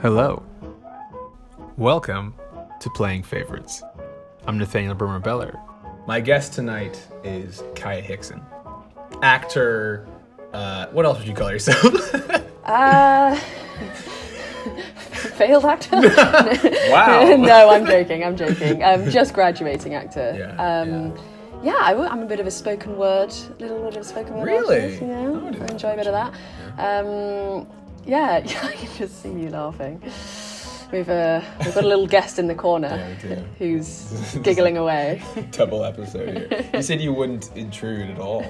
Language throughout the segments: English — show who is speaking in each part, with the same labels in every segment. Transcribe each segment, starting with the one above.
Speaker 1: Hello. Welcome to Playing Favorites. I'm Nathaniel Bremer Beller. My guest tonight is Kaya Hickson, actor. Uh, what else would you call yourself?
Speaker 2: Uh, failed actor?
Speaker 1: wow.
Speaker 2: no, I'm joking. I'm joking. I'm just graduating actor.
Speaker 1: Yeah,
Speaker 2: um, yeah. I, am a bit of a spoken word, little bit of a spoken word.
Speaker 1: Really?
Speaker 2: artist, you
Speaker 1: I
Speaker 2: know,
Speaker 1: wouldn't
Speaker 2: I
Speaker 1: have
Speaker 2: enjoy a bit of that. Um, yeah, yeah, I can just see you laughing. We've uh, we've got a little guest in the corner
Speaker 1: we do.
Speaker 2: who's giggling away.
Speaker 1: Double episode here. You said you wouldn't intrude at all.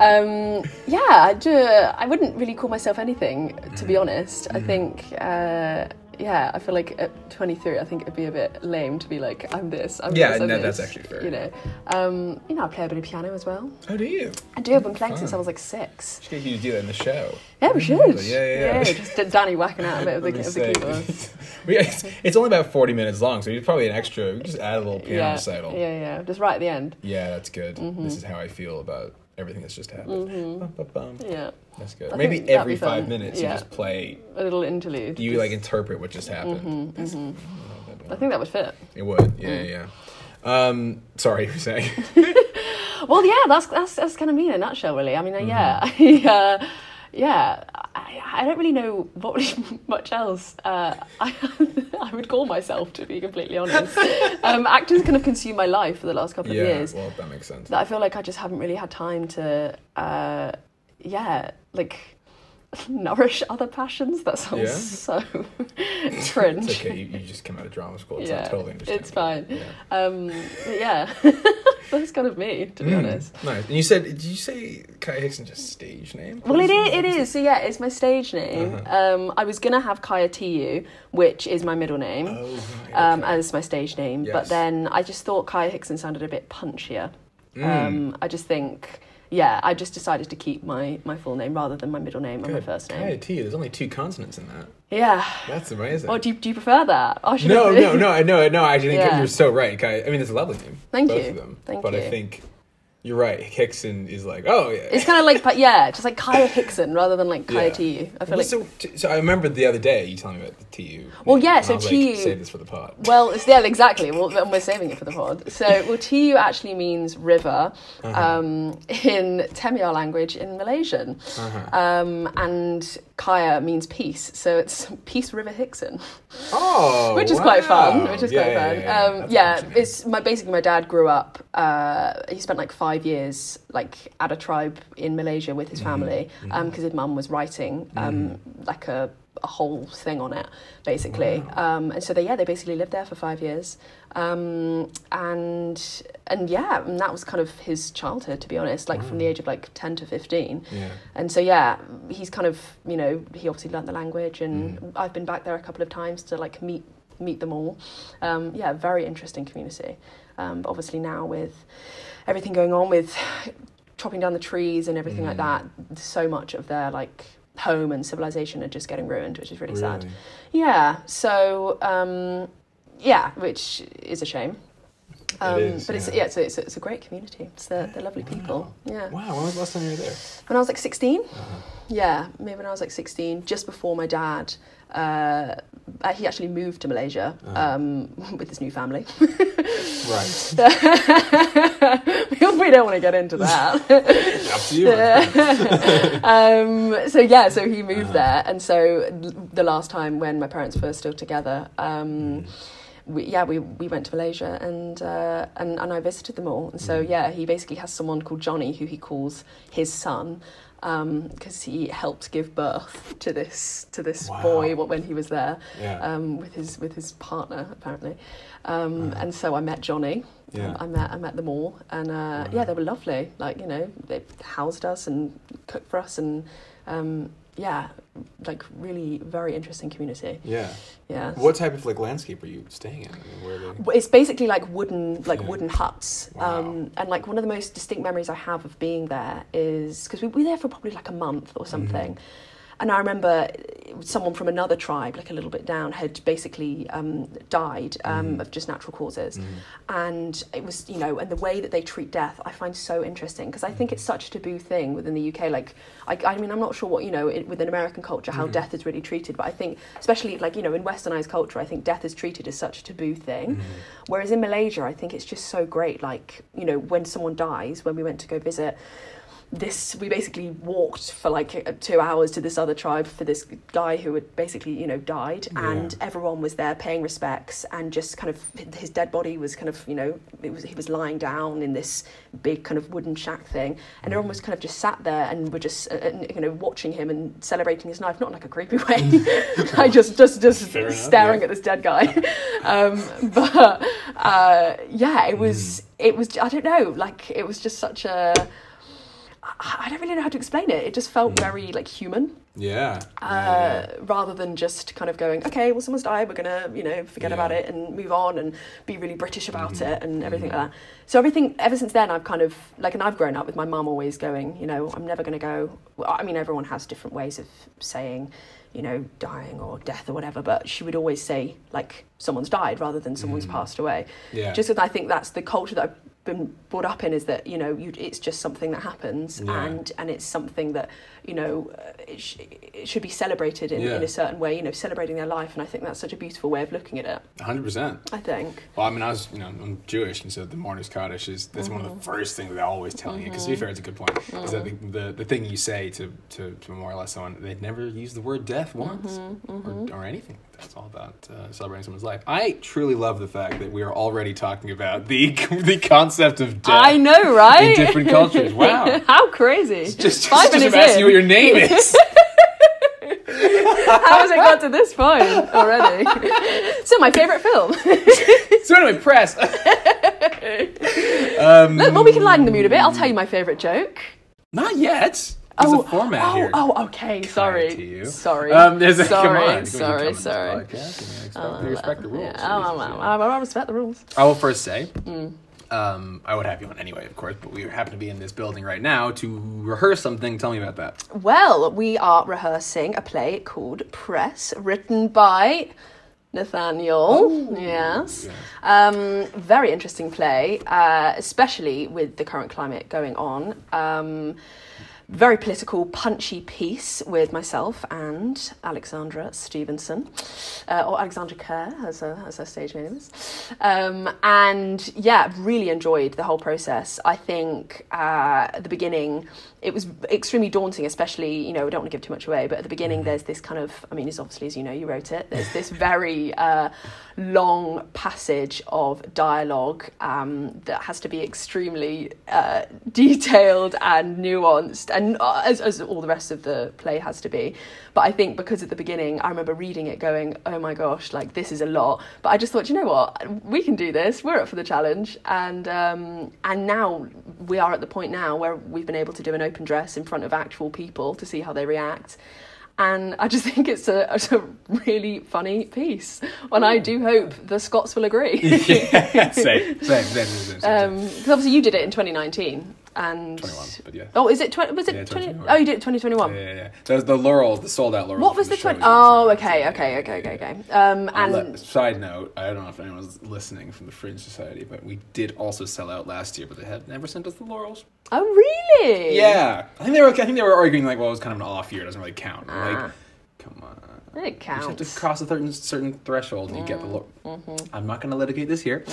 Speaker 2: Um, yeah, I, do, I wouldn't really call myself anything, to
Speaker 1: Mm.
Speaker 2: be honest. I think, uh, yeah, I feel like at 23, I think it'd be a bit lame to be like, I'm this, I'm
Speaker 1: Yeah,
Speaker 2: this, I'm
Speaker 1: no, that's
Speaker 2: this,
Speaker 1: actually fair.
Speaker 2: You know, um, you know, I play a bit of piano as well.
Speaker 1: How do you?
Speaker 2: I do. I've been playing since I
Speaker 1: Fun.
Speaker 2: was like six.
Speaker 1: Should get you to do that in the show.
Speaker 2: Yeah, we should.
Speaker 1: yeah, yeah.
Speaker 2: just did Danny whacking out a bit of the,
Speaker 1: Let me
Speaker 2: of
Speaker 1: say.
Speaker 2: the keyboard.
Speaker 1: We- it's, it's only about 40 minutes long, so it's probably an extra. We just add a little piano
Speaker 2: yeah,
Speaker 1: recital.
Speaker 2: yeah, yeah, just right at the end.
Speaker 1: Yeah, that's good.
Speaker 2: Mm-hmm.
Speaker 1: This is how I feel about everything that's just happened. Bum, bum, bum.
Speaker 2: Yeah,
Speaker 1: That's good.
Speaker 2: I
Speaker 1: Maybe
Speaker 2: think Mm-hmm. that'd
Speaker 1: every
Speaker 2: be fun.
Speaker 1: five minutes
Speaker 2: Yeah.
Speaker 1: you just play.
Speaker 2: a little interlude.
Speaker 1: You
Speaker 2: Just-
Speaker 1: like interpret what just happened.
Speaker 2: Mm-hmm.
Speaker 1: That's-
Speaker 2: I think that would fit.
Speaker 1: It would. Yeah,
Speaker 2: Mm.
Speaker 1: yeah. yeah. Um, sorry, you were saying.
Speaker 2: Well, yeah, that's that's, that's kind of me in a nutshell, really. I mean, uh, yeah,
Speaker 1: Mm-hmm.
Speaker 2: yeah, yeah. I, I don't really know what really much else uh, I, I would call myself, to be completely honest. um, acting's kind of consumed my life for the last couple
Speaker 1: yeah.
Speaker 2: of years.
Speaker 1: Well, that makes sense.
Speaker 2: That I feel like I just haven't really had time to, uh, yeah, like nourish other passions. That sounds
Speaker 1: Yeah.
Speaker 2: so cringe.
Speaker 1: It's okay. You, you just come out of drama school. It's
Speaker 2: Yeah,
Speaker 1: not totally understandable.
Speaker 2: it's fine.
Speaker 1: Yeah.
Speaker 2: Um, but yeah, that's kind of me, to be
Speaker 1: Mm.
Speaker 2: honest.
Speaker 1: Nice. And you said, did you say Kai Hickson just stage name?
Speaker 2: Well, it is. It is. So yeah, it's my stage name.
Speaker 1: Uh-huh.
Speaker 2: Um, I was gonna have Kaya Tu, which is my middle name,
Speaker 1: Oh, right,
Speaker 2: um,
Speaker 1: okay.
Speaker 2: as my stage name.
Speaker 1: Yes.
Speaker 2: But then I just thought Kaya Hickson sounded a bit punchier.
Speaker 1: Mm.
Speaker 2: Um, I just think, yeah, I just decided to keep my my full name rather than my middle name and my
Speaker 1: Good.
Speaker 2: first name.
Speaker 1: Kai T. There's only two consonants in that.
Speaker 2: Yeah.
Speaker 1: That's amazing.
Speaker 2: Or do you, do you prefer that? Or should
Speaker 1: no,
Speaker 2: I-
Speaker 1: no, no, I know, no. I actually think
Speaker 2: Yeah.
Speaker 1: you're so right. Kai. I mean, it's a lovely name.
Speaker 2: Thank
Speaker 1: both
Speaker 2: you.
Speaker 1: Of them.
Speaker 2: Thank
Speaker 1: but I
Speaker 2: you.
Speaker 1: think you're right. Hickson is like, oh yeah.
Speaker 2: It's kind of like, but yeah, just like Kaya Hickson rather than like Kaya
Speaker 1: Yeah.
Speaker 2: Tu. I feel
Speaker 1: Well,
Speaker 2: like.
Speaker 1: so, t- so I remembered the other day you telling me about the TU.
Speaker 2: Well, yeah,
Speaker 1: And I
Speaker 2: so
Speaker 1: was
Speaker 2: TU
Speaker 1: Like, Save this for the pod.
Speaker 2: Well, it's, yeah, exactly. Well, then we're saving it for the pod. So, well, Tiu actually means river um, in Temiar language in Malaysian. Um, and Kaya means peace. So it's Peace River Hickson,
Speaker 1: Oh,
Speaker 2: which is quite fun.
Speaker 1: wow.
Speaker 2: Which is
Speaker 1: Yeah,
Speaker 2: quite
Speaker 1: yeah,
Speaker 2: fun.
Speaker 1: yeah,
Speaker 2: um,
Speaker 1: That's
Speaker 2: yeah
Speaker 1: interesting.
Speaker 2: it's my, basically my dad grew up, uh, he spent like five years like at a tribe in Malaysia with
Speaker 1: Mm-hmm.
Speaker 2: his family because his mum was writing um, like a a whole thing on it basically um, and so they yeah they basically lived there for five years um, and and yeah and that was kind of his childhood to be honest like
Speaker 1: Mm.
Speaker 2: from the age of like 10 to 15
Speaker 1: Yeah.
Speaker 2: and so yeah he's kind of you know he obviously learnt the language and
Speaker 1: Mm.
Speaker 2: i've been back there a couple of times to like meet meet them all um, yeah very interesting community um, but obviously now with everything going on with chopping down the trees and everything like
Speaker 1: Mm.
Speaker 2: that so much of their like home and civilization are just getting ruined which is really, sad
Speaker 1: Really?
Speaker 2: yeah so um, yeah which is a shame um,
Speaker 1: is,
Speaker 2: but it's
Speaker 1: yeah.
Speaker 2: yeah, it's, a, it's, a, it's a great community it's they're, they're lovely people yeah
Speaker 1: Wow, when was the last time you were there?
Speaker 2: when I was like 16. Yeah, maybe when I was like 16, just before my dad, uh, uh, he actually moved to Malaysia um, with his new family.
Speaker 1: Right.
Speaker 2: we don't want to get into that.
Speaker 1: Up to you. my friend.
Speaker 2: um, so yeah, so he moved there, and so l- the last time when my parents were still together, um, we, yeah, we, we went to Malaysia and, uh, and and I visited them all, and
Speaker 1: Mm-hmm.
Speaker 2: so yeah, he basically has someone called Johnny who he calls his son because he helped give birth to this to this
Speaker 1: Wow.
Speaker 2: boy wh- when he was there
Speaker 1: Yeah.
Speaker 2: um, with his with his partner apparently, um, and so I met Johnny.
Speaker 1: Yeah.
Speaker 2: I met I met them all, and uh, yeah, they were lovely. Like you know, they housed us and cooked for us, and um, yeah, like really very interesting community.
Speaker 1: Yeah.
Speaker 2: Yeah.
Speaker 1: What type of like landscape are you staying in? I mean, where are they?
Speaker 2: It's basically like wooden, like
Speaker 1: Yeah.
Speaker 2: wooden huts,
Speaker 1: Wow.
Speaker 2: um, and like one of the
Speaker 1: Mm-hmm.
Speaker 2: most distinct memories I have of being there is because we were there for probably like a month or something, And I remember someone from another tribe, like a little bit down, had basically um, died
Speaker 1: Mm-hmm.
Speaker 2: um, of just natural
Speaker 1: Mm.
Speaker 2: causes. And it was, you know, and the way that they treat death, I find so interesting because I
Speaker 1: Mm.
Speaker 2: think it's such a taboo thing within the UK. Like, I, I mean, I'm not sure what, you know, it, within American culture, how
Speaker 1: Mm-hmm.
Speaker 2: death is really treated, but I think, especially like, you know, in westernized culture, I think death is treated as such a taboo thing. Whereas in Malaysia, I think it's just so great. Like, you know, when someone dies, when we went to go visit, this we basically walked for like uh, two hours to this other tribe for this guy who had basically you know died and everyone was there paying respects and just kind of his dead body was kind of you know it was he was lying down in this big kind of wooden shack thing and everyone was kind of just sat there and were just uh, and, you know watching him and celebrating his life not in like a creepy way i just just just
Speaker 1: Fair enough,
Speaker 2: staring
Speaker 1: yeah.
Speaker 2: at this dead guy um but uh yeah it was
Speaker 1: Hmm.
Speaker 2: it was i don't know like it was just such a I I don't really know how to explain it. It just felt
Speaker 1: Hmm.
Speaker 2: very like human,
Speaker 1: Yeah.
Speaker 2: uh, rather than just kind of going, okay, well, someone's died, we're gonna, you know, forget
Speaker 1: Yeah. Mm-hmm.
Speaker 2: about it and move on and be really British about it and everything like that. So everything ever since then, I've kind of like, and I've grown up with my mum always going, you know, I'm never gonna go. Well, I mean, everyone has different ways of saying, you know, dying or death or whatever, but she would always say like, someone's died rather than
Speaker 1: Mm.
Speaker 2: someone's passed away
Speaker 1: Yeah.
Speaker 2: just because I think that's the culture that I've been brought up in is that you know you, it's just something that happens
Speaker 1: Yeah.
Speaker 2: and and it's something that you know uh, it, sh- it should be celebrated in,
Speaker 1: Yeah.
Speaker 2: in a certain way you know celebrating their life and I think that's such a beautiful way of looking at it
Speaker 1: 100%.
Speaker 2: I think
Speaker 1: Well, I mean, I was, you know, I'm Jewish, and so the Martyrs Kaddish is that's one of
Speaker 2: Mm-hmm.
Speaker 1: the first things they always tell you. Because to be fair, it's a good point. Is that the, the, the thing you say to, to, to memorialize someone? They never use the word death once
Speaker 2: Mm-hmm.
Speaker 1: Or, or anything. That's all about uh, celebrating someone's life. I truly love the fact that we are already talking about the the concept of death
Speaker 2: I know
Speaker 1: in
Speaker 2: right
Speaker 1: different cultures. Wow.
Speaker 2: how crazy
Speaker 1: Just, just,
Speaker 2: five
Speaker 1: just
Speaker 2: minutes
Speaker 1: ask you what
Speaker 2: in
Speaker 1: your name is.
Speaker 2: how has it got to this point already so my favorite film
Speaker 1: so anyway, press. um,
Speaker 2: well we can lighten the mood a bit I'll tell you my favorite joke
Speaker 1: not yet. There's
Speaker 2: Oh,
Speaker 1: a format
Speaker 2: oh,
Speaker 1: here.
Speaker 2: oh, okay. Sorry,
Speaker 1: to you.
Speaker 2: sorry,
Speaker 1: Um, there's a,
Speaker 2: sorry,
Speaker 1: come on.
Speaker 2: sorry, sorry. Uh,
Speaker 1: I respect the rules.
Speaker 2: Yeah, I, Mm. I, I, I respect the rules.
Speaker 1: I will first say, um, I would have you on anyway, of course, but we happen to be in this building right now to rehearse something. Tell me about that.
Speaker 2: Well, we are rehearsing a play called Press, written by Nathaniel. yes. Um, very interesting play, uh, especially with the current climate going on. Um, very political, punchy piece with myself and Alexandra Stevenson, uh, or Alexandra Kerr, as her, as her stage name is. Um, and yeah, really enjoyed the whole process. I think uh, at the beginning it was extremely daunting, especially, you know, we don't want to give too much away, but at the beginning there's this kind of, I mean, as obviously as you know, you wrote it, there's this very uh, long passage of dialogue um, that has to be extremely uh, detailed and nuanced, and uh, as, as all the rest of the play has to be. But I think because at the beginning, I remember reading it going, oh my gosh, like this is a lot. But I just thought, you know what, we can do this. We're up for the challenge. And, um, and now we are at the point now where we've been able to do an open dress in front of actual people to see how they react and I just think it's a, it's a really funny piece. And I do hope the Scots will agree.
Speaker 1: same, same, same, same, same, same.
Speaker 2: Because obviously you did it in 2019 and
Speaker 1: 21, but yeah.
Speaker 2: oh, is it tw- was it
Speaker 1: Yeah,
Speaker 2: 20?
Speaker 1: 2021.
Speaker 2: Oh, you did it 2021.
Speaker 1: Yeah, yeah, yeah. There's the laurels, the sold out laurels.
Speaker 2: What was
Speaker 1: from
Speaker 2: the
Speaker 1: show
Speaker 2: 20?
Speaker 1: you were
Speaker 2: Oh,
Speaker 1: saying.
Speaker 2: okay,
Speaker 1: Yeah,
Speaker 2: okay,
Speaker 1: yeah,
Speaker 2: okay,
Speaker 1: yeah,
Speaker 2: okay,
Speaker 1: yeah.
Speaker 2: okay. Um,
Speaker 1: On
Speaker 2: and
Speaker 1: le- side note, I don't know if anyone's listening from the Fringe Society, but we did also sell out last year, but they had never sent us the laurels.
Speaker 2: oh, really?
Speaker 1: Yeah, I think they were. I think they were arguing like, well, it was kind of an off year; it doesn't really count. We're
Speaker 2: Ah.
Speaker 1: Like, come on,
Speaker 2: it
Speaker 1: you just have
Speaker 2: counts.
Speaker 1: to cross a certain certain threshold and you get the. Lo-
Speaker 2: Mm-hmm.
Speaker 1: I'm not going to litigate this here.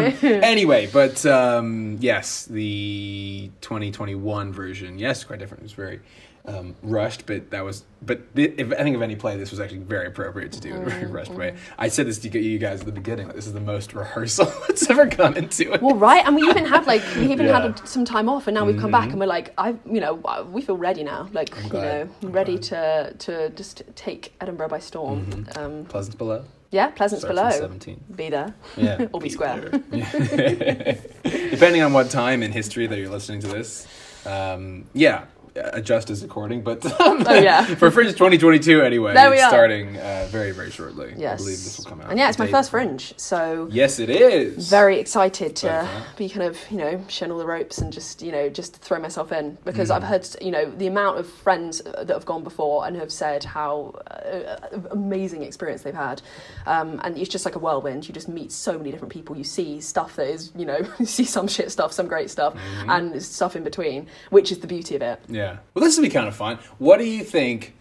Speaker 1: anyway, but um, yes, the 2021 version, yes, quite different. It was very um, rushed, but that was. But thi- if I think of any play, this was actually very appropriate to do in a very
Speaker 2: Mm-hmm.
Speaker 1: rushed way. I said this to you you guys at the beginning. Like, this is the most rehearsal that's ever gone into it.
Speaker 2: Well, right, and we even had like we even
Speaker 1: Yeah. Mm-hmm.
Speaker 2: had some time off, and now we've come back, and we're like, I, you know, I- we feel ready now, like you
Speaker 1: glad.
Speaker 2: know, ready to to just take Edinburgh by storm.
Speaker 1: Mm-hmm.
Speaker 2: Um,
Speaker 1: Pleasance below.
Speaker 2: yeah, Pleasance
Speaker 1: Starts on
Speaker 2: below.
Speaker 1: 17.
Speaker 2: Be there.
Speaker 1: Yeah.
Speaker 2: Or be square.
Speaker 1: Depending on what time in history that you're listening to this. Um, yeah. adjust us according, but Oh,
Speaker 2: yeah.
Speaker 1: for Fringe 2022 anyway,
Speaker 2: There we
Speaker 1: it's
Speaker 2: are.
Speaker 1: starting uh, very very shortly.
Speaker 2: Yes.
Speaker 1: I believe this will come out.
Speaker 2: And yeah, it's my
Speaker 1: Date-
Speaker 2: first Fringe, so
Speaker 1: Yes, it is.
Speaker 2: very excited to
Speaker 1: Okay.
Speaker 2: be kind of you know showing all the ropes and just you know just throw myself in because
Speaker 1: Mm.
Speaker 2: I've heard you know the amount of friends that have gone before and have said how uh, amazing experience they've had, um, and it's just like a whirlwind. You just meet so many different people. You see stuff that is you know you see some shit stuff, some great stuff,
Speaker 1: Mm-hmm.
Speaker 2: and stuff in between, which is the beauty of it.
Speaker 1: Yeah. Well, this will be kind of fun. What do you think?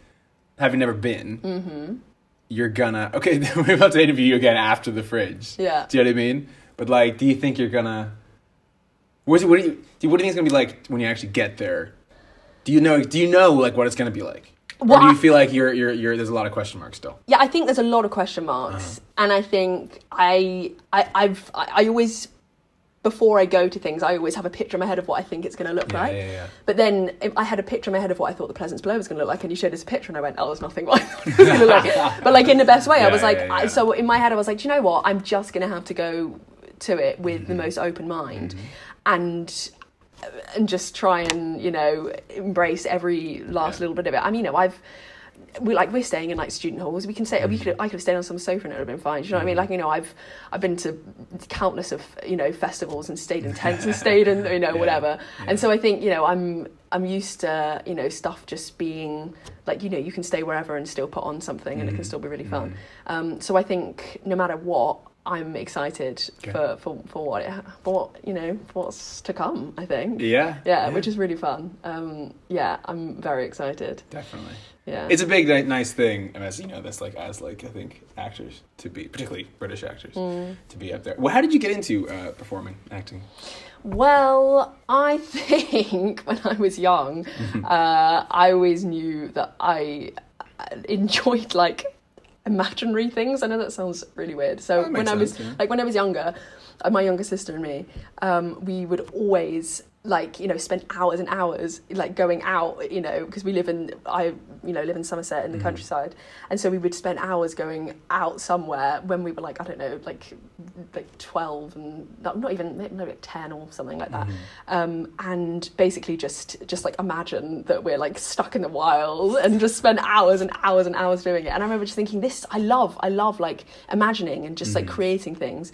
Speaker 1: Having never been,
Speaker 2: Mm-hmm.
Speaker 1: you're gonna okay. We're about to interview you again after the fridge.
Speaker 2: Yeah.
Speaker 1: Do you know what I mean? But like, do you think you're gonna? What's, what do you do? you- What do you think it's gonna be like when you actually get there? Do you know? Do you know like what it's gonna be like? Or
Speaker 2: Well,
Speaker 1: do you
Speaker 2: I-
Speaker 1: feel like you're you're you're there's a lot of question marks still?
Speaker 2: yeah i think there's a lot of question marks
Speaker 1: Uh-huh.
Speaker 2: and i think i, I i've I, I always before i go to things i always have a picture in my head of what i think it's going to look
Speaker 1: Yeah,
Speaker 2: like
Speaker 1: yeah, yeah.
Speaker 2: but then if i had a picture in my head of what i thought the pleasance below was going to look like and you showed us a picture and i went oh it's nothing what i thought it was going to look like but like in the best way
Speaker 1: Yeah,
Speaker 2: i was like
Speaker 1: yeah, yeah.
Speaker 2: I, so in my head i was like do you know what i'm just going to have to go to it with the
Speaker 1: Mm-hmm.
Speaker 2: most open mind and and just try and you know embrace every last
Speaker 1: Yeah.
Speaker 2: little bit of it. I mean, you know, I've we like we're staying in like student halls. We can stay.
Speaker 1: Mm.
Speaker 2: We could I could have stayed on some sofa and it would have been fine. Do you know what I mean? Like you know, I've I've been to countless of you know festivals and stayed in tents and stayed in you know
Speaker 1: Yeah,
Speaker 2: whatever.
Speaker 1: yeah.
Speaker 2: And so I think you know I'm I'm used to you know stuff just being like you know you can stay wherever and still put on something and it
Speaker 1: Mm.
Speaker 2: can still be really fun. Um, so I think no matter what. I'm excited
Speaker 1: Okay.
Speaker 2: for, for, for what it, for what you know for what's to come. I think
Speaker 1: Yeah.
Speaker 2: yeah, which is really fun. Um, yeah, I'm very excited.
Speaker 1: definitely.
Speaker 2: Yeah,
Speaker 1: It's a big ni- nice thing, and as you know, that's like as like I think actors to be, particularly British actors,
Speaker 2: Mm.
Speaker 1: to be up there. Well, how did you get into uh, performing acting?
Speaker 2: well, I think when I was young, uh, I always knew that I uh, enjoyed like imaginary things. I know that sounds really weird. So
Speaker 1: That makes
Speaker 2: when I was
Speaker 1: sense, yeah.
Speaker 2: like when I was younger, uh, my younger sister and me, um, we would always like you know spend hours and hours like going out you know because we live in I you know live in Somerset in
Speaker 1: Mm-hmm.
Speaker 2: the countryside and so we would spend hours going out somewhere when we were like I don't know like like 12 and not, not even maybe like 10 or something like that um, and basically just just like imagine that we're like stuck in the wild and just spend hours and hours and hours doing it and I remember just thinking this I love I love like imagining and just like creating things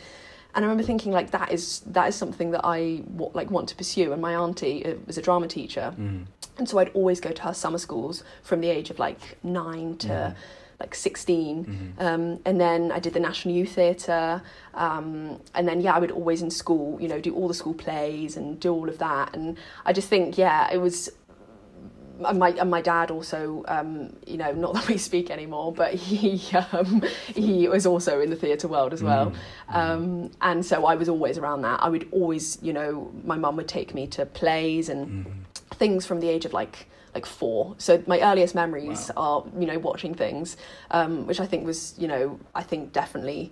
Speaker 2: and I remember thinking like that is that is something that I wa- like want to pursue. And my auntie uh, was a drama teacher, and so I'd always go to her summer schools from the age of like nine to like 16 um, and then I did the National Youth Theatre, um, and then yeah, I would always in school, you know, do all the school plays and do all of that. And I just think yeah, it was and my and my dad also, um, you know, not that we speak anymore, but he um, he was also in the theatre world as well, um, and so I was always around that. I would always, you know, my mum would take me to plays and things from the age of like like four. So my earliest memories are, you know, watching things, um, which I think was, you know, I think definitely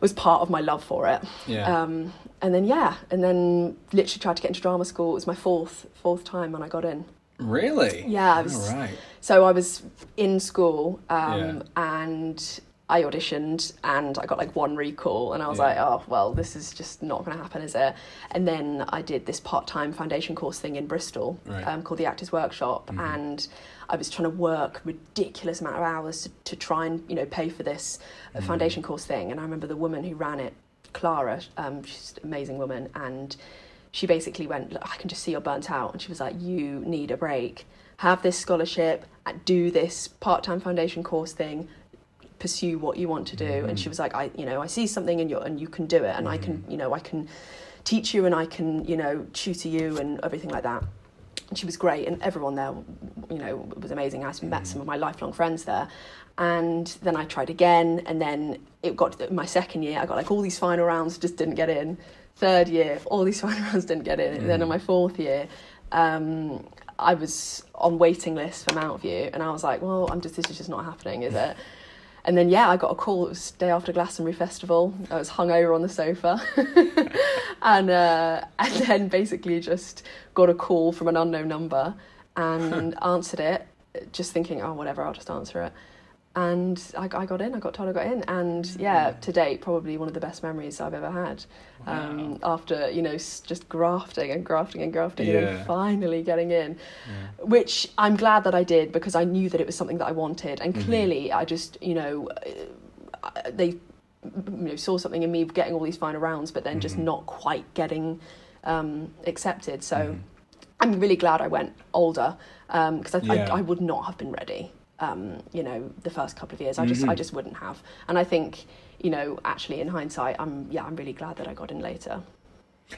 Speaker 2: was part of my love for it.
Speaker 1: Yeah.
Speaker 2: Um, and then yeah, and then literally tried to get into drama school. It was my fourth fourth time when I got in.
Speaker 1: Really?
Speaker 2: Yeah, I
Speaker 1: All
Speaker 2: was-
Speaker 1: right.
Speaker 2: So I was in school um, and I auditioned and I got like one recall and I was
Speaker 1: Yeah.
Speaker 2: like, oh, well, this is just not going to happen, is it? And then I did this part time foundation course thing in Bristol
Speaker 1: Right.
Speaker 2: um, called the Actors Workshop and I was trying to work ridiculous amount of hours to, to try and, you know, pay for this uh, foundation course thing. And I remember the woman who ran it, Clara, um, she's an amazing woman and she basically went, Look, I can just see you're burnt out. And she was like, You need a break. Have this scholarship, uh, do this part time foundation course thing, pursue what you want to do. And she was like, I, you know, I see something in you and you can do it. And I can, you know, I can teach you and I can, you know, tutor you and everything like that. And she was great and everyone there you know was amazing i met some of my lifelong friends there and then i tried again and then it got to my second year i got like all these final rounds just didn't get in third year all these final rounds didn't get in and then in my fourth year um, i was on waiting list for mountview and i was like well i'm just this is just not happening is it and then yeah i got a call it was day after glastonbury festival i was hungover on the sofa and uh, and then basically just got a call from an unknown number and answered it, just thinking, oh whatever, I'll just answer it. and I, I got in. I got told I got in, and yeah, to date, probably one of the best memories I've ever had. Um, After you know, s- just grafting and grafting and grafting, and
Speaker 1: Yeah.
Speaker 2: then finally getting in, which I'm glad that I did because I knew that it was something that I wanted,
Speaker 1: Mm-hmm.
Speaker 2: and clearly, I just you know, uh, I- they you know saw something in me getting all these final rounds, but then just
Speaker 1: Mm-hmm.
Speaker 2: not quite getting um, accepted. So.
Speaker 1: Mm-hmm.
Speaker 2: I'm really glad I went older because I,
Speaker 1: Yeah.
Speaker 2: I, I would not have been ready. Um, you know, the first couple of years, I
Speaker 1: Mm-hmm.
Speaker 2: just I just wouldn't have. And I think, you know, actually in hindsight, I'm yeah, I'm really glad that I got in later.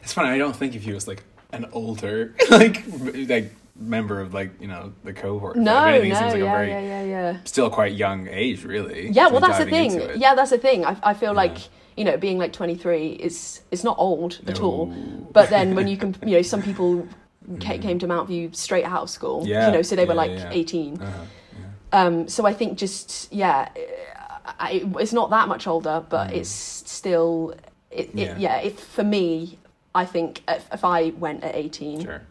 Speaker 1: It's funny. I don't think if he was like an older like like member of like you know the cohort.
Speaker 2: No,
Speaker 1: if
Speaker 2: no,
Speaker 1: anything, it
Speaker 2: yeah,
Speaker 1: seems like a very
Speaker 2: yeah, yeah, yeah.
Speaker 1: still quite young age, really.
Speaker 2: Yeah,
Speaker 1: to be
Speaker 2: well, that's the
Speaker 1: diving
Speaker 2: thing.
Speaker 1: into it.
Speaker 2: Yeah, that's the thing. I, I feel like
Speaker 1: Yeah.
Speaker 2: you know, being like 23 is is not old at all.
Speaker 1: No.
Speaker 2: But then when you can, you know, some people ca- came to Mountview straight out of school.
Speaker 1: Mm. Yeah,
Speaker 2: You know, so they were
Speaker 1: yeah,
Speaker 2: like
Speaker 1: yeah.
Speaker 2: 18.
Speaker 1: Uh-huh.
Speaker 2: Um, so I think just yeah, I, it's not that much older, but it's still it, it,
Speaker 1: Mm. Yeah.
Speaker 2: yeah. It, for me, I think if, if I went at eighteen
Speaker 1: Sure.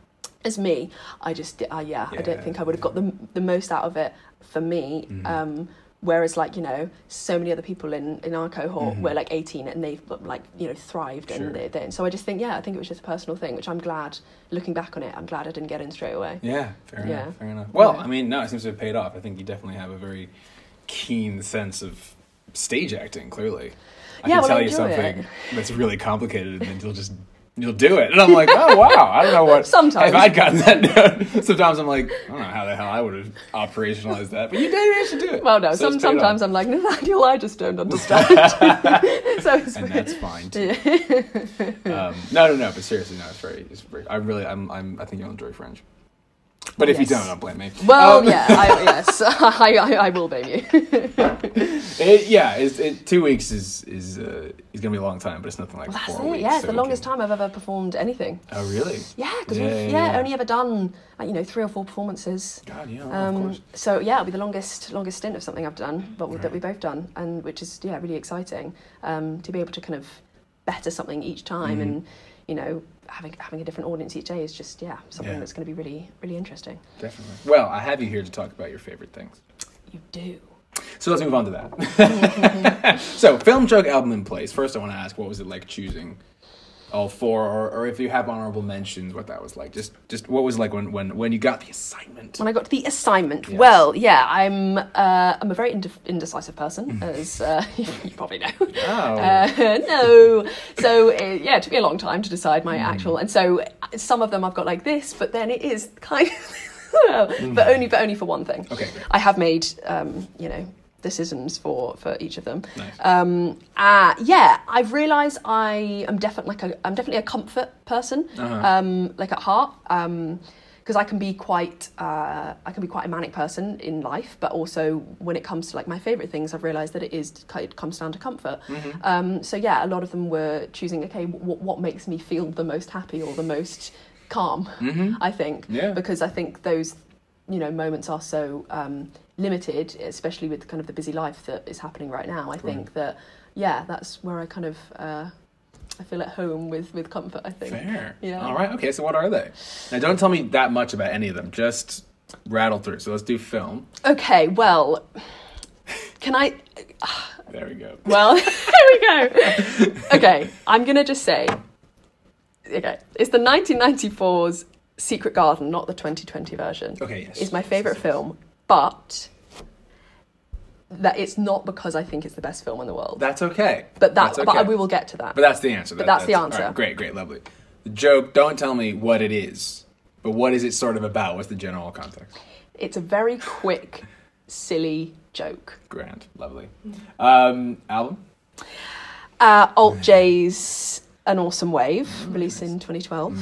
Speaker 2: as me, I just di- uh, yeah, I
Speaker 1: Yeah, Mm-hmm.
Speaker 2: don't think I would have got the the most out of it for me. Um, whereas like you know, so many other people in in our cohort were like eighteen and they've like you know thrived
Speaker 1: Mm-hmm. Sure.
Speaker 2: and they, they, so I just think yeah, I think it was just a personal thing, which I'm glad looking back on it, I'm glad I didn't get in straight away.
Speaker 1: Yeah, fair
Speaker 2: Yeah.
Speaker 1: enough. Fair enough. Well,
Speaker 2: Yeah.
Speaker 1: I mean, no, it seems to have paid off. I think you definitely have a very keen sense of stage acting. Clearly, I
Speaker 2: Yeah,
Speaker 1: can
Speaker 2: well,
Speaker 1: tell
Speaker 2: I
Speaker 1: you
Speaker 2: enjoy
Speaker 1: something
Speaker 2: it.
Speaker 1: that's really complicated, and then you'll just you'll do it. And I'm like, oh wow, I don't know what.
Speaker 2: Sometimes.
Speaker 1: if I'd gotten that down, sometimes I'm like, I don't know how the hell I would have operationalized that, but you did it. You should do it.
Speaker 2: Well, no,
Speaker 1: So
Speaker 2: some,
Speaker 1: it's paid off.
Speaker 2: sometimes I'm like, Nathaniel, I just don't understand. so it's
Speaker 1: and that's fine. Too. um, no, no, no. But seriously, no. It's very. It's very I really. I'm. I'm. I think you'll enjoy Fringe. But if
Speaker 2: Yes.
Speaker 1: you don't, don't blame me.
Speaker 2: well,
Speaker 1: Um,
Speaker 2: yeah, I, yes, I, I, I will blame you.
Speaker 1: It, yeah. It's, it, two weeks is is uh, is gonna be a long time, but it's nothing like
Speaker 2: That's
Speaker 1: four
Speaker 2: it.
Speaker 1: weeks.
Speaker 2: Yeah, it's
Speaker 1: so
Speaker 2: the
Speaker 1: we
Speaker 2: longest
Speaker 1: can-
Speaker 2: time I've ever performed anything.
Speaker 1: Oh really?
Speaker 2: Yeah, because
Speaker 1: Yeah,
Speaker 2: we've
Speaker 1: yeah,
Speaker 2: yeah,
Speaker 1: yeah.
Speaker 2: only ever done like you know three or four performances.
Speaker 1: God, yeah. of
Speaker 2: Um,
Speaker 1: course.
Speaker 2: so yeah, it'll be the longest longest stint of something I've done, but that we've both done, and which is yeah really exciting um, to be able to kind of better something each time,
Speaker 1: Mm-hmm.
Speaker 2: and you know having having a different audience each day is just yeah something
Speaker 1: Yeah.
Speaker 2: that's going to be really really interesting.
Speaker 1: Definitely. Well, I have you here to talk about your favorite things.
Speaker 2: You do.
Speaker 1: So let's move on to that. so, film joke album in place. First, I want to ask, what was it like choosing all four, or, or if you have honorable mentions, what that was like? Just, just what was it like when, when, when you got the assignment?
Speaker 2: When I got to the assignment,
Speaker 1: Yes.
Speaker 2: well, yeah, I'm uh, I'm a very indef- indecisive person,
Speaker 1: Mm.
Speaker 2: as uh, you probably know.
Speaker 1: Oh.
Speaker 2: Uh, no, so uh, yeah, it took me a long time to decide my actual, and so uh, some of them I've got like this, but then it is kind of, but only but only for one thing.
Speaker 1: Oh, Okay, great.
Speaker 2: I have made um, you know decisions for for each of them.
Speaker 1: Nice.
Speaker 2: Um, uh, yeah, I've realised I am definitely like a, I'm definitely a comfort person, um, like at heart, because I can be quite uh, I can be quite a manic person in life, but also when it comes to like my favourite things, I've realised that it is it comes down to comfort. Um, so yeah, a lot of them were choosing okay, what, what makes me feel the most happy or the most calm. I think
Speaker 1: Yeah.
Speaker 2: because I think those you know moments are so um, limited, especially with kind of the busy life that is happening right now. I think that yeah, that's where I kind of uh, I feel at home with with comfort. I think.
Speaker 1: Fair.
Speaker 2: Yeah.
Speaker 1: All right. Okay. So, what are they? Now, don't tell me that much about any of them. Just rattle through. So, let's do film.
Speaker 2: Okay, well, can I?
Speaker 1: There we go.
Speaker 2: Well, here we go. Okay, I'm gonna just say. Okay, it's the 1994's Secret Garden, not the 2020 version.
Speaker 1: Okay. Yes.
Speaker 2: is my favorite film, but that it's not because I think it's the best film in the world.
Speaker 1: That's okay.
Speaker 2: but that,
Speaker 1: That's okay.
Speaker 2: but we will get to that.
Speaker 1: But that's the answer. That-
Speaker 2: that's the
Speaker 1: all right,
Speaker 2: answer.
Speaker 1: great, great, lovely. The joke, don't tell me what it is, but what is it sort of about? What's the general context?
Speaker 2: It's a very quick, silly joke.
Speaker 1: Grand, lovely.
Speaker 2: Mm-hmm.
Speaker 1: Um, album?
Speaker 2: Uh, Alt J's An Awesome Wave, released in 2012.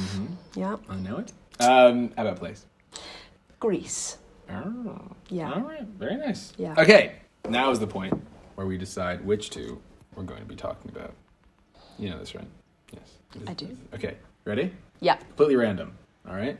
Speaker 2: Yeah,
Speaker 1: I know it. Um, how about place?
Speaker 2: Greece.
Speaker 1: Oh,
Speaker 2: Yeah.
Speaker 1: All right, very nice.
Speaker 2: Yeah.
Speaker 1: Okay, now is the point where we decide which two we're going to be talking about. You know this, right? Yes.
Speaker 2: I do.
Speaker 1: Okay, ready?
Speaker 2: Yeah.
Speaker 1: Completely random. All right.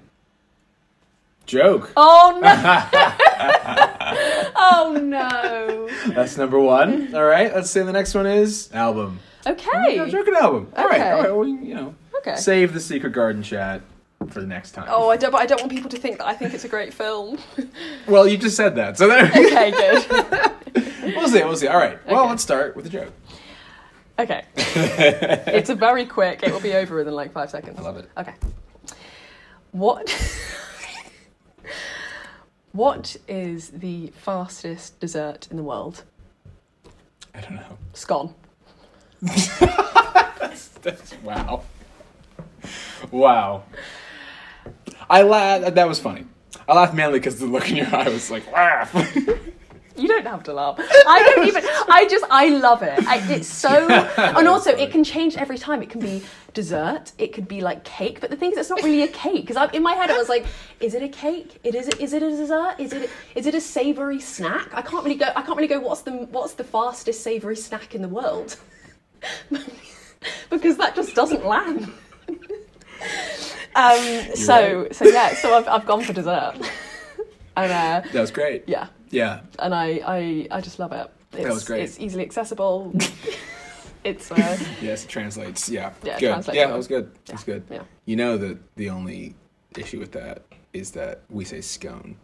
Speaker 1: Joke.
Speaker 2: Oh no! oh no!
Speaker 1: That's number one. All right. Let's say the next one is album. No,
Speaker 2: Okay.
Speaker 1: Joking album. All right.
Speaker 2: Okay.
Speaker 1: All right. Well, you, you know.
Speaker 2: Okay.
Speaker 1: Save the secret garden chat for the next time.
Speaker 2: Oh, I don't. But I don't want people to think that I think it's a great film.
Speaker 1: Well, you just said that. So there.
Speaker 2: okay, good.
Speaker 1: We'll see. We'll see. All right. Well,
Speaker 2: Okay.
Speaker 1: let's start with a joke.
Speaker 2: Okay. it's a very quick. It will be over within like five seconds.
Speaker 1: I love it.
Speaker 2: Okay. What? what is the fastest dessert in the world?
Speaker 1: I don't know.
Speaker 2: Scone.
Speaker 1: That's, wow. Wow. I laughed. That was funny. I laughed mainly because the look in your eye was like, laugh.
Speaker 2: You don't have to laugh. I don't even. I just. I love it. I, it's so. And also, it can change every time. It can be dessert. It could be like cake. But the thing is, it's not really a cake. Because in my head, I was like, is it a cake? It is. Is it a dessert? Is it? Is it a savoury snack? I can't really go. I can't really go. What's the What's the fastest savoury snack in the world? because that just doesn't land. um. So.
Speaker 1: right.
Speaker 2: So yeah. So I've I've gone for dessert. and uh,
Speaker 1: that was great.
Speaker 2: yeah
Speaker 1: Yeah.
Speaker 2: and I, I, I just love it. It's,
Speaker 1: was great.
Speaker 2: It's easily accessible. it's uh,
Speaker 1: Yes, it translates. Yeah.
Speaker 2: Yeah, it
Speaker 1: good.
Speaker 2: translates
Speaker 1: yeah,
Speaker 2: well.
Speaker 1: that was good. That's good.
Speaker 2: yeah.
Speaker 1: You know that the only issue with that is that we say scone,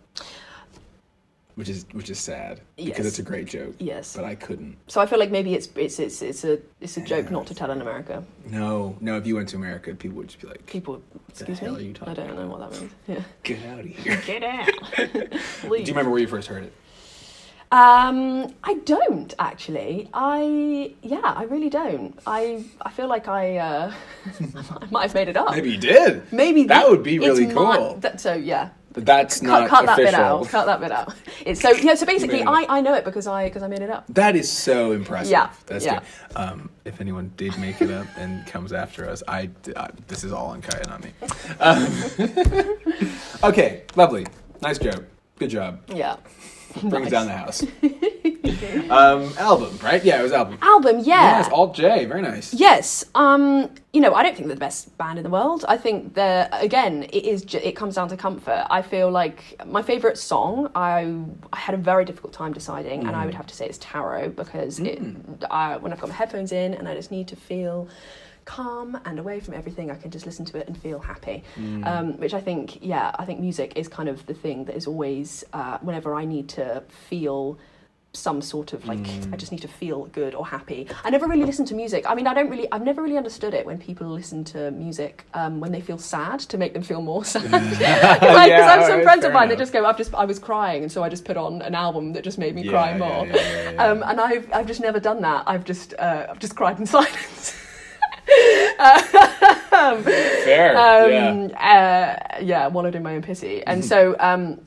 Speaker 1: which is which is sad because
Speaker 2: Yes.
Speaker 1: it's a great joke.
Speaker 2: yes.
Speaker 1: But I couldn't.
Speaker 2: So I feel like maybe it's it's it's it's a it's a joke
Speaker 1: Yeah.
Speaker 2: not to tell in America.
Speaker 1: No, no. If you went to America, people would just be like,
Speaker 2: People, excuse
Speaker 1: hell
Speaker 2: me,
Speaker 1: are you talking
Speaker 2: I don't know
Speaker 1: about?
Speaker 2: what that means. Yeah.
Speaker 1: "Get out of here."
Speaker 2: Get out.
Speaker 1: Do you remember where you first heard it?
Speaker 2: Um, I don't actually. I yeah, I really don't. I I feel like I uh, I might have made it up.
Speaker 1: Maybe you did.
Speaker 2: Maybe
Speaker 1: That
Speaker 2: the-
Speaker 1: would be
Speaker 2: it's
Speaker 1: really
Speaker 2: my-
Speaker 1: cool.
Speaker 2: that- so yeah,
Speaker 1: But that's
Speaker 2: cut,
Speaker 1: not
Speaker 2: cut that
Speaker 1: official.
Speaker 2: bit out. Cut that bit out. It's so yeah. So basically,
Speaker 1: it
Speaker 2: I,
Speaker 1: up.
Speaker 2: I know it because I because I made it up.
Speaker 1: That is so impressive.
Speaker 2: Yeah,
Speaker 1: That's
Speaker 2: yeah.
Speaker 1: good. Um, if anyone did make it up and comes after us, I, I- this is all on Kaya, not me. Um, okay, lovely. Nice joke. Good job.
Speaker 2: Yeah.
Speaker 1: Brings
Speaker 2: Nice.
Speaker 1: down the house. um, album, right? Yeah, it was album.
Speaker 2: Album, yeah.
Speaker 1: Yes, Alt J. Very nice.
Speaker 2: Yes, um, you know, I don't think they're the best band in the world. I think they're again, it is ju- it comes down to comfort. I feel like my favorite song, I I had a very difficult time deciding, and I would have to say it's Tarot because it, I, when I've got my headphones in and I just need to feel calm and away from everything, I can just listen to it and feel happy. Um, which I think, yeah, I think music is kind of the thing that is always uh, whenever I need to feel some sort of like
Speaker 1: Hmm.
Speaker 2: I just need to feel good or happy. I never really listen to music. I mean, I don't really. I've never really understood it when people listen to music um, when they feel sad to make them feel more sad. Because I,
Speaker 1: Yeah,
Speaker 2: have some
Speaker 1: alright,
Speaker 2: friends
Speaker 1: fair
Speaker 2: of mine that
Speaker 1: enough.
Speaker 2: just go, "I've just I was crying," and so I just put on an album that just made me
Speaker 1: Yeah,
Speaker 2: cry
Speaker 1: yeah,
Speaker 2: more.
Speaker 1: yeah, yeah, yeah.
Speaker 2: Um, and I've I've just never done that. I've just uh, I've just cried in silence. Um,
Speaker 1: Fair.
Speaker 2: um, yeah. Uh, yeah, wallowed in my own pity. And so, um,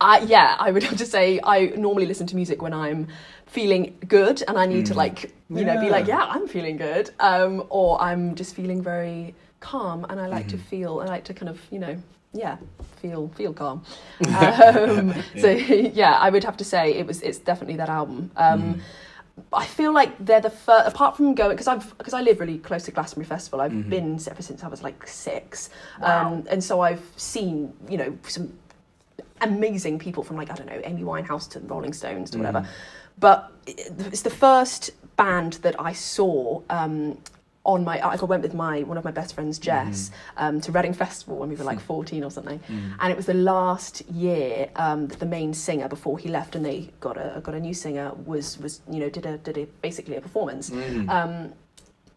Speaker 2: I, yeah, I would have to say I normally listen to music when I'm feeling good and I need to like, you know, be like,
Speaker 1: Yeah.
Speaker 2: yeah, I'm feeling good, um, or I'm just feeling very calm and I like to feel, I like to kind of, you know, yeah, feel feel calm. Um, So yeah, I would have to say it was it's definitely that album. Um, I feel like they're the first, apart from going because I've because I live really close to Glastonbury Festival. I've been ever since I was like six, um, and so I've seen you know some amazing people from like I don't know Amy Winehouse to the Rolling Stones to whatever. But it- it's the first band that I saw. Um, on my, I went with my one of my best friends, Jess, um, to Reading Festival when we were like fourteen or something, and it was the last year um, that the main singer before he left, and they got a got a new singer was was you know did a did a basically a performance,
Speaker 1: Hmm. Mm.
Speaker 2: um,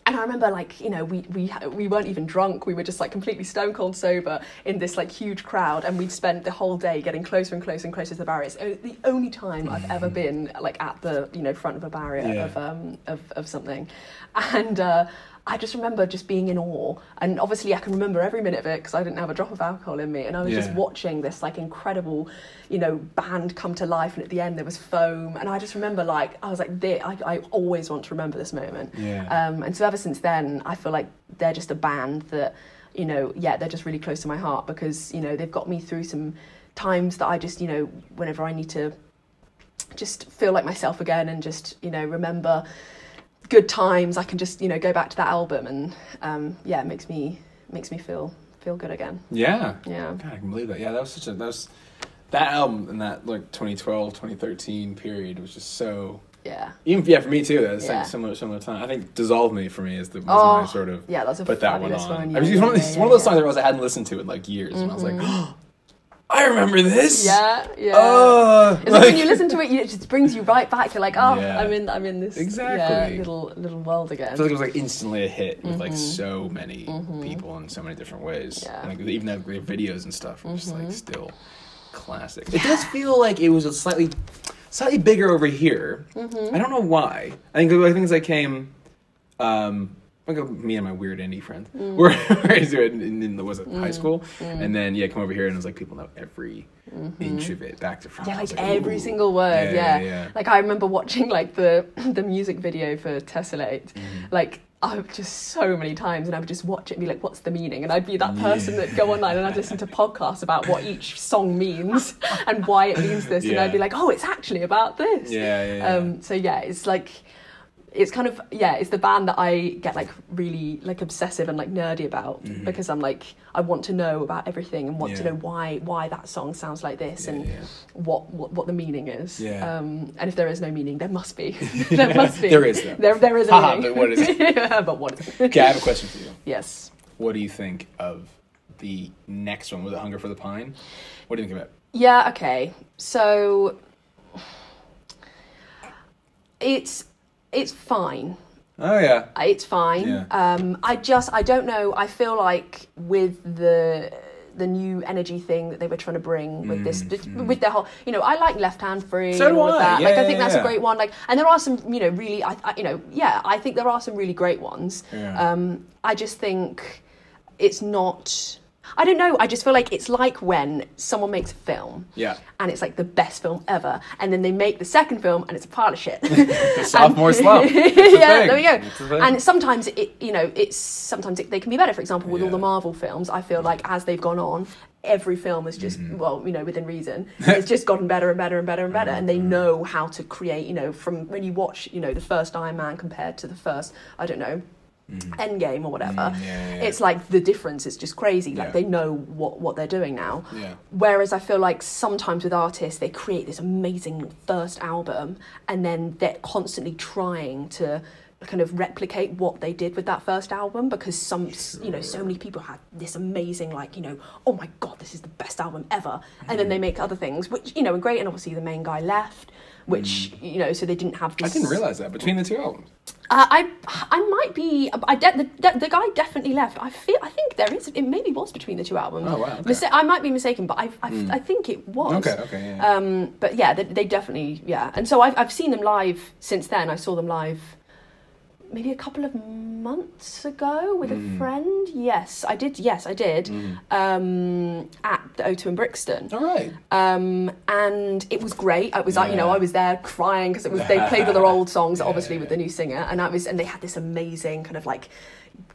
Speaker 2: and I remember, like, you know, we, we, we weren't even drunk. We were just, like, completely stone cold sober in this, like, huge crowd. And we'd spent the whole day getting closer and closer and closer to the barriers. It's the only time I've ever been, like, at the, you know, front of a barrier
Speaker 1: Hmm. Yeah.
Speaker 2: of, um, of, of something. And uh, I just remember just being in awe. And obviously, I can remember every minute of it because I didn't have a drop of alcohol in me. And I was just
Speaker 1: Yeah.
Speaker 2: watching this, like, incredible, you know, band come to life. And at the end, there was foam. And I just remember, like, I was like, "Thi- I, I always want to remember this moment.
Speaker 1: Yeah.
Speaker 2: Um, and so ever since then, I feel like they're just a band that, you know, yeah, they're just really close to my heart because, you know, they've got me through some times that I just, you know, whenever I need to just feel like myself again and just, you know, remember good times, I can just, you know, go back to that album and, um, yeah, it makes me, makes me feel, feel good again.
Speaker 1: yeah.
Speaker 2: Yeah.
Speaker 1: God, I can believe that. Yeah, that was such a that was that album in that like 2012, 2013 period was just so.
Speaker 2: Yeah.
Speaker 1: Even yeah, for me too. That's
Speaker 2: Yeah.
Speaker 1: like similar similar time. I think "Dissolve Me" for me is the was my
Speaker 2: Oh,
Speaker 1: sort of
Speaker 2: yeah, that's a
Speaker 1: put that one
Speaker 2: fabulous
Speaker 1: on.
Speaker 2: one,
Speaker 1: I mean,
Speaker 2: yeah,
Speaker 1: it's one of
Speaker 2: yeah,
Speaker 1: those,
Speaker 2: yeah,
Speaker 1: one of those
Speaker 2: yeah.
Speaker 1: songs I realized I hadn't listened to in like years, and I was like, I remember this.
Speaker 2: Yeah, yeah.
Speaker 1: Uh,
Speaker 2: It's like, when you listen to it, you, it just brings you right back. You're like, oh,
Speaker 1: Yeah.
Speaker 2: I'm in, I'm in this
Speaker 1: Exactly.
Speaker 2: yeah, little little world again.
Speaker 1: I feel like it was like instantly a hit with like so many people in so many different ways.
Speaker 2: Mm-hmm. Yeah. Mm-hmm.
Speaker 1: And, like even though their videos and stuff were just like still classic. It does feel like it was a slightly slightly bigger over here.
Speaker 2: Mm-hmm.
Speaker 1: I don't know why. I think I think as I came um like uh, me and my weird indie friends
Speaker 2: Mm.
Speaker 1: were were into it in, in, in the was it high school, and then yeah, come over here and it was like people know every inch of it back to front.
Speaker 2: Mm-hmm. yeah,
Speaker 1: I was
Speaker 2: like every
Speaker 1: ooh.
Speaker 2: single word.
Speaker 1: Yeah,
Speaker 2: Yeah,
Speaker 1: yeah, yeah.
Speaker 2: Like I remember watching like the the music video for Tessellate,
Speaker 1: Mm.
Speaker 2: like I would just so many times, and I would just watch it and be like, "What's the meaning?" And I'd be that person that go online and I'd listen to podcasts about what each song means and why it means this, and
Speaker 1: Yeah.
Speaker 2: I'd be like, "Oh, it's actually about this."
Speaker 1: Yeah, yeah, yeah.
Speaker 2: Um, so yeah, it's like it's kind of yeah, it's the band that I get like really like obsessive and like nerdy about because I'm like I want to know about everything and want to
Speaker 1: Mm-hmm. Yeah.
Speaker 2: know why why that song sounds like this
Speaker 1: Yeah,
Speaker 2: and
Speaker 1: yeah.
Speaker 2: what, what what the meaning is.
Speaker 1: Yeah.
Speaker 2: Um, and if there is no meaning, there must be. there must be.
Speaker 1: There is, though.
Speaker 2: There there is a
Speaker 1: Haha,
Speaker 2: meaning.
Speaker 1: but what is it?
Speaker 2: yeah, but what? is it?
Speaker 1: Okay, I have a question for you.
Speaker 2: Yes.
Speaker 1: What do you think of the next one? Was it Hunger for the Pine? What do you think of it?
Speaker 2: Yeah. Okay. So it's it's fine.
Speaker 1: Oh yeah.
Speaker 2: it's fine.
Speaker 1: Yeah.
Speaker 2: Um, I just I don't know. I feel like with the the new energy thing that they were trying to bring with this with their whole you know I like left hand free
Speaker 1: Mm, So
Speaker 2: and
Speaker 1: do
Speaker 2: all
Speaker 1: I.
Speaker 2: of that
Speaker 1: Yeah,
Speaker 2: like I
Speaker 1: yeah,
Speaker 2: think that's
Speaker 1: yeah.
Speaker 2: a great one like and there are some you know really I, I you know yeah I think there are some really great ones
Speaker 1: Yeah.
Speaker 2: um I just think it's not I don't know I just feel like it's like when someone makes a film
Speaker 1: Yeah.
Speaker 2: and it's like the best film ever and then they make the second film and it's a pile of shit
Speaker 1: The sophomore slump. It's a
Speaker 2: yeah,
Speaker 1: thing.
Speaker 2: there we
Speaker 1: It's a
Speaker 2: go.
Speaker 1: thing.
Speaker 2: And sometimes it, you know, it's sometimes it, they can be better. For example, with all
Speaker 1: Yeah.
Speaker 2: the Marvel films, I feel like as they've gone on, every film has just,
Speaker 1: Mm-hmm.
Speaker 2: well, you know, within reason, it's just gotten better and better and better and better. And they
Speaker 1: Mm-hmm.
Speaker 2: know how to create, you know, from when you watch, you know, the first Iron Man compared to the first, I don't know. Endgame or whatever.
Speaker 1: Mm, yeah, yeah, yeah.
Speaker 2: It's like the difference is just crazy. Like
Speaker 1: Yeah.
Speaker 2: they know what what they're doing now.
Speaker 1: Yeah.
Speaker 2: Whereas I feel like sometimes with artists, they create this amazing first album and then they're constantly trying to kind of replicate what they did with that first album because some you know so many people had this amazing like you know oh my god this is the best album ever and then they
Speaker 1: Mm.
Speaker 2: make other things which you know are great and obviously the main guy left which you know so they didn't have
Speaker 1: Mm. I
Speaker 2: this
Speaker 1: didn't realize that between the two albums.
Speaker 2: uh, I I might be I de- the, de- the guy definitely left. I feel I think there is it maybe was between the two albums.
Speaker 1: Oh, wow, okay. Hmm.
Speaker 2: Mista- I might be mistaken, but I I, I think it was.
Speaker 1: Okay, okay, yeah, yeah.
Speaker 2: Um, but yeah, they, they definitely yeah. And so I've I've seen them live since then. I saw them live maybe a couple of months ago with
Speaker 1: Hmm.
Speaker 2: a friend. Yes, I did. Yes, I did. Um, at the O2 in Brixton
Speaker 1: All right.
Speaker 2: um, and it was great. I was like, you know,
Speaker 1: Yeah.
Speaker 2: I was there crying because it was they played all their old songs,
Speaker 1: Yeah,
Speaker 2: obviously
Speaker 1: yeah,
Speaker 2: with the new singer, and I was and they had this amazing kind of like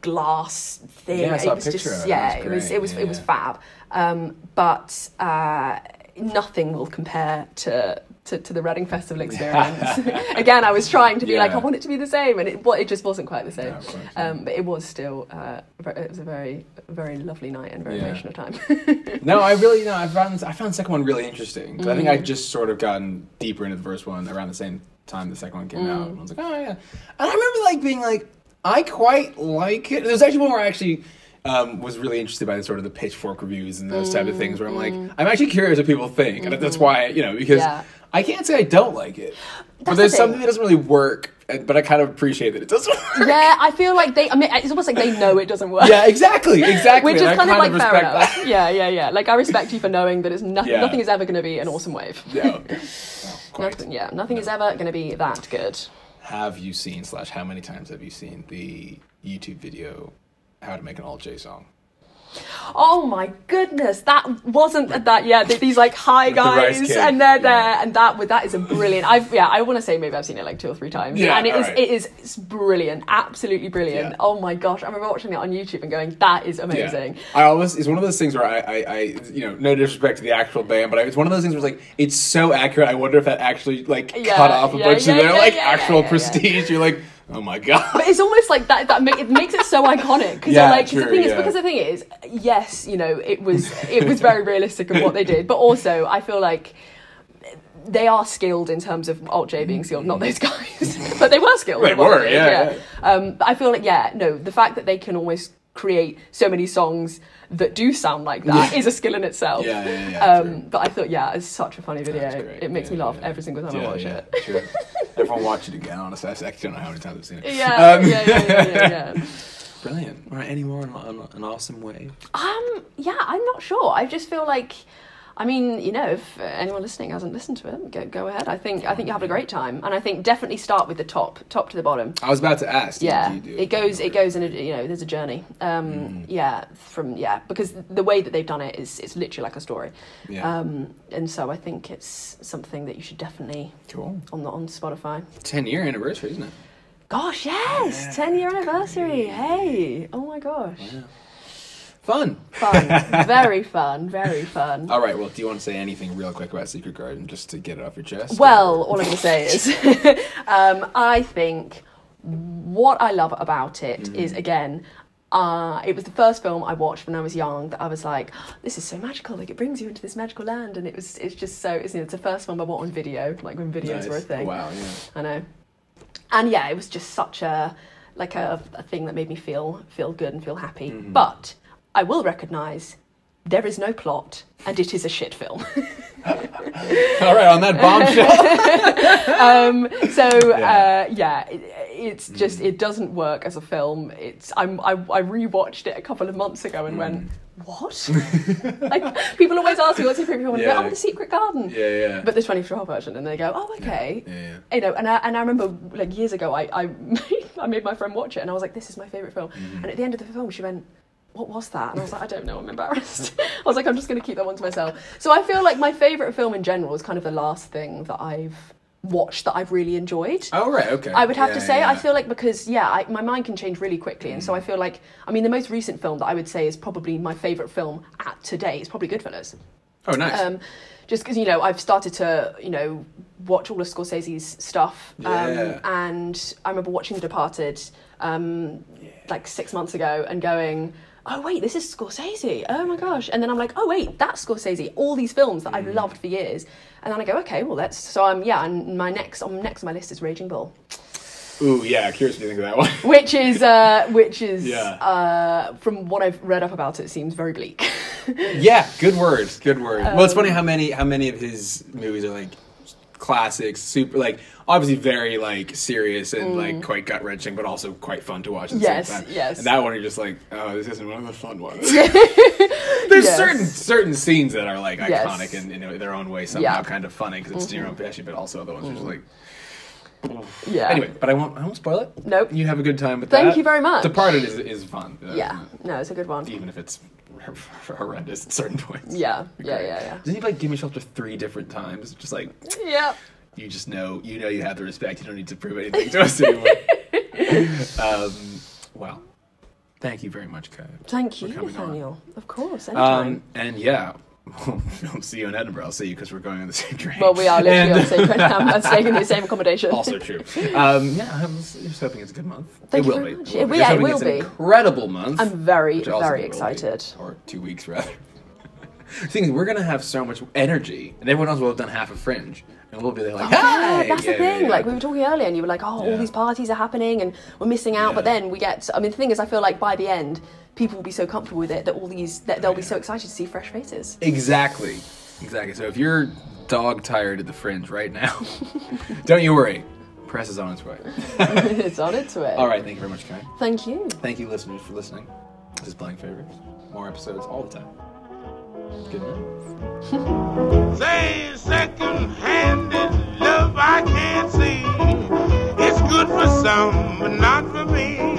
Speaker 2: glass thing.
Speaker 1: Yeah, I saw a
Speaker 2: it was
Speaker 1: picture of it.
Speaker 2: just
Speaker 1: It
Speaker 2: yeah,
Speaker 1: was
Speaker 2: it was
Speaker 1: great. Yeah,
Speaker 2: it was it was
Speaker 1: yeah.
Speaker 2: fab. Um, but uh, nothing will compare to. To, to the Reading Festival experience. Again, I was trying to be like,
Speaker 1: Yeah.
Speaker 2: I want it to be the same, and it, wa- it just wasn't quite the same.
Speaker 1: of course, yeah.
Speaker 2: um, but it was still, uh, ver- it was a very, very lovely night and very
Speaker 1: Yeah.
Speaker 2: emotional time.
Speaker 1: No, I really no. I found I found the second one really interesting. 'cause I
Speaker 2: Mm.
Speaker 1: think I just sort of gotten deeper into the first one around the same time the second one came
Speaker 2: Mm.
Speaker 1: out. And I was like, oh yeah. And I remember like being like, I quite like it. There's actually one where I actually um, was really interested by the sort of the pitchfork reviews and those type of things where I'm like, I'm actually curious what people think, and that's why you know because
Speaker 2: Mm. Mm-hmm. Yeah.
Speaker 1: I can't say I don't like it, but
Speaker 2: the
Speaker 1: there's
Speaker 2: thing.
Speaker 1: something that doesn't really work, and- but I kind of appreciate that it does work.
Speaker 2: Yeah, I feel like they. I mean, it's almost like they know it doesn't work.
Speaker 1: Yeah, exactly, exactly.
Speaker 2: Which is
Speaker 1: and I
Speaker 2: kind of like fair
Speaker 1: respect
Speaker 2: enough. Yeah, yeah, yeah. Like I respect you for knowing that it's nothing.
Speaker 1: Yeah.
Speaker 2: Nothing is ever going to be an awesome wave.
Speaker 1: that. Yeah, okay. Oh, quite.
Speaker 2: Nothing, yeah, nothing is ever going to be that good.
Speaker 1: have you seen slash how many times have you seen the YouTube video how to make an alt J song?
Speaker 2: Oh my goodness, that wasn't that. Yeah, th- these like hi
Speaker 1: the rice
Speaker 2: guys,
Speaker 1: cake.
Speaker 2: and they're there,
Speaker 1: Yeah.
Speaker 2: and that with that is a brilliant. I've yeah, I want to say maybe I've seen it like two or three times.
Speaker 1: Yeah,
Speaker 2: and it is
Speaker 1: alright.
Speaker 2: it is it's brilliant, absolutely brilliant.
Speaker 1: Yeah.
Speaker 2: Oh my gosh, I remember watching it on YouTube and going, that is amazing.
Speaker 1: Yeah. I always it's one of those things where I, I, I you know no disrespect to the actual band, but I, it's one of those things where it's like it's so accurate. I wonder if that actually like
Speaker 2: Yeah,
Speaker 1: cut off a
Speaker 2: yeah,
Speaker 1: bunch of
Speaker 2: yeah,
Speaker 1: their
Speaker 2: yeah,
Speaker 1: like
Speaker 2: yeah,
Speaker 1: actual
Speaker 2: yeah, yeah,
Speaker 1: prestige. You're like, oh my god.
Speaker 2: But it's almost like that. That ma- it makes it so iconic because
Speaker 1: Yeah,
Speaker 2: like 'cause
Speaker 1: true,
Speaker 2: the thing is
Speaker 1: yeah.
Speaker 2: because the thing is yes, you know it was it was very realistic of what they did, but also I feel like they are skilled in terms of alt J being skilled, not those guys, but they were skilled.
Speaker 1: They
Speaker 2: in what
Speaker 1: were,
Speaker 2: did,
Speaker 1: yeah,
Speaker 2: Um, but I feel like yeah, no, the fact that they can always create so many songs that do sound like that
Speaker 1: Yeah.
Speaker 2: is a skill in itself.
Speaker 1: Yeah, yeah, yeah,
Speaker 2: um,
Speaker 1: true.
Speaker 2: but I thought, yeah, it's such a funny video.
Speaker 1: That's great.
Speaker 2: It makes
Speaker 1: Yeah,
Speaker 2: me laugh
Speaker 1: yeah.
Speaker 2: every single time I
Speaker 1: Yeah,
Speaker 2: watch
Speaker 1: yeah,
Speaker 2: it.
Speaker 1: True. Everyone watch it again, honestly. I actually don't know how many times I've seen it.
Speaker 2: Yeah,
Speaker 1: Um,
Speaker 2: yeah, yeah, yeah, yeah, yeah.
Speaker 1: Brilliant. Right, any more on, on an awesome way?
Speaker 2: Um, yeah, I'm not sure. I just feel like, I mean, you know, if anyone listening hasn't listened to it, go, go ahead. I think I think you have a great time, and I think definitely start with the top, top to the bottom.
Speaker 1: I was about to ask. do you-
Speaker 2: Yeah,
Speaker 1: do Mm. you do
Speaker 2: it goes, it goes in a, you know, there's a journey. Um, yeah, from yeah, because the way that they've done it is it's literally like a story.
Speaker 1: Yeah.
Speaker 2: Um, and so I think it's something that you should definitely
Speaker 1: cool.
Speaker 2: on the on Spotify.
Speaker 1: 10 year anniversary, isn't it?
Speaker 2: Gosh, yes, ten year anniversary. Hey, oh my gosh,
Speaker 1: Fun.
Speaker 2: fun, very fun, very fun.
Speaker 1: All right, well, do you want to say anything real quick about Secret Garden just to get it off your chest?
Speaker 2: Well, all I'm going to say is, um, I think what I love about it
Speaker 1: Mm-hmm.
Speaker 2: is again. Uh, it was the first film I watched when I was young that I was like, "This is so magical! Like it brings you into this magical land." And it was, it's just so. It's, you know, it's the first film I watched on video, like when videos
Speaker 1: Nice. Oh,
Speaker 2: were a thing.
Speaker 1: Wow, yeah.
Speaker 2: I know. And yeah, it was just such a like a, a thing that made me feel feel good and feel happy.
Speaker 1: Mm-hmm.
Speaker 2: But I will recognise there is no plot, and it is a shit film.
Speaker 1: All right, on that bombshell.
Speaker 2: um, so
Speaker 1: Yeah. Mm.
Speaker 2: yeah, uh, yeah it, it's just it doesn't work as a film. It's I'm, I I rewatched it a couple of months ago and
Speaker 1: Mm.
Speaker 2: went what? like people always ask me what's your favorite film, and I
Speaker 1: Yeah.
Speaker 2: go oh the Secret Garden,
Speaker 1: yeah, yeah.
Speaker 2: but the 24 hour version, and they go oh okay.
Speaker 1: yeah, yeah.
Speaker 2: You know, and I, and I remember like years ago, I I made, I made my friend watch it, and I was like, "This is my favorite film."
Speaker 1: Mm-hmm.
Speaker 2: And at the end of the film, she went, "What was that?" And I was like, "I don't know. I'm embarrassed." I was like, "I'm just going to keep that one to myself." So I feel like my favorite film in general is kind of the last thing that I've watched that I've really enjoyed.
Speaker 1: Oh, right, okay.
Speaker 2: I would have to
Speaker 1: Yeah,
Speaker 2: say, I
Speaker 1: yeah. Mm.
Speaker 2: feel like because yeah, I, my mind can change really quickly, and so I feel like I mean the most recent film that I would say is probably my favorite film at today is probably Goodfellas
Speaker 1: Oh, nice.
Speaker 2: um, just because you know I've started to you know watch all of Scorsese's stuff,
Speaker 1: Yeah.
Speaker 2: um, and I remember watching The Departed um, like six months ago and going. Oh wait, this is Scorsese. Oh my gosh! And then I'm like, oh wait, that's Scorsese. All these films that
Speaker 1: Mm.
Speaker 2: I've loved for years, and then I go, okay, well let's. So I'm yeah, and my next on next on my list is Raging Bull,
Speaker 1: Ooh, yeah, curious what you think of that one.
Speaker 2: which is uh, which is
Speaker 1: Yeah.
Speaker 2: uh, from what I've read up about it seems very bleak.
Speaker 1: yeah, good word, good word. well, it's
Speaker 2: Um,
Speaker 1: funny how many how many of his movies are like classics, super like obviously very like serious and like quite gut wrenching, but also quite fun to watch. At the
Speaker 2: Mm. Yes,
Speaker 1: same time.
Speaker 2: yes.
Speaker 1: And that one, you're just like, oh, this isn't one of the fun ones. There's
Speaker 2: Yes.
Speaker 1: certain certain scenes that are like
Speaker 2: Yes.
Speaker 1: iconic in, in their own way, somehow
Speaker 2: Yeah. Mm-hmm.
Speaker 1: kind of funny because it's Nero and Pesci, but also other ones are just like.
Speaker 2: yeah.
Speaker 1: Anyway, but I won't I won't spoil it.
Speaker 2: Nope.
Speaker 1: You have a good time with that.
Speaker 2: Thank you very much.
Speaker 1: Departed is is fun. uh,
Speaker 2: Yeah. No, it's a good one.
Speaker 1: even if it's horrendous at certain points.
Speaker 2: Yeah, yeah,
Speaker 1: Great.
Speaker 2: yeah, yeah.
Speaker 1: Doesn't he like give me shelter three different times? Just like
Speaker 2: Yeah.
Speaker 1: you just know, you know, you have the respect. You don't need to prove anything to us anymore. um, well, thank you very much, Kaya.
Speaker 2: Thank you,
Speaker 1: for coming on.
Speaker 2: Nathaniel. Of course, anytime.
Speaker 1: Um, and yeah, I'll see you in Edinburgh. I'll see you because we're going on the same train.
Speaker 2: well, we are literally
Speaker 1: And-
Speaker 2: on the same program and staying in the same accommodation.
Speaker 1: also true. Um, yeah, I'm just hoping it's a good month.
Speaker 2: Thank
Speaker 1: it
Speaker 2: you
Speaker 1: will
Speaker 2: very
Speaker 1: be.
Speaker 2: much.
Speaker 1: It will be.
Speaker 2: Yeah,
Speaker 1: Just
Speaker 2: it
Speaker 1: hoping
Speaker 2: will
Speaker 1: it's
Speaker 2: be.
Speaker 1: an incredible month.
Speaker 2: I'm very,
Speaker 1: which I also
Speaker 2: very
Speaker 1: think it will be,
Speaker 2: excited.
Speaker 1: Or two weeks rather. The thing is, we're gonna have so much energy, and everyone else will have done half a fringe, and we'll be there like,
Speaker 2: Oh, Yeah,
Speaker 1: "Hey!"
Speaker 2: that's
Speaker 1: Yeah,
Speaker 2: the
Speaker 1: yeah,
Speaker 2: thing.
Speaker 1: yeah.
Speaker 2: Like we were talking earlier, and you were like, "Oh,
Speaker 1: Yeah.
Speaker 2: all these parties are happening, and we're missing out." But
Speaker 1: Yeah.
Speaker 2: then we get. I mean, the thing is, I feel like by the end, people will be so comfortable with it that all these that they'll be
Speaker 1: Yeah.
Speaker 2: so excited to see fresh faces.
Speaker 1: exactly, exactly. So if you're dog tired of the fringe right now, don't you worry, press is on its way.
Speaker 2: it's on its way.
Speaker 1: All right, thank you very much, Kai.
Speaker 2: Thank you.
Speaker 1: Thank you, listeners, for listening. This is Playing Favorites. More episodes all the time. Good night.
Speaker 3: Say second-handed love I can't see. It's good for some, but not for me.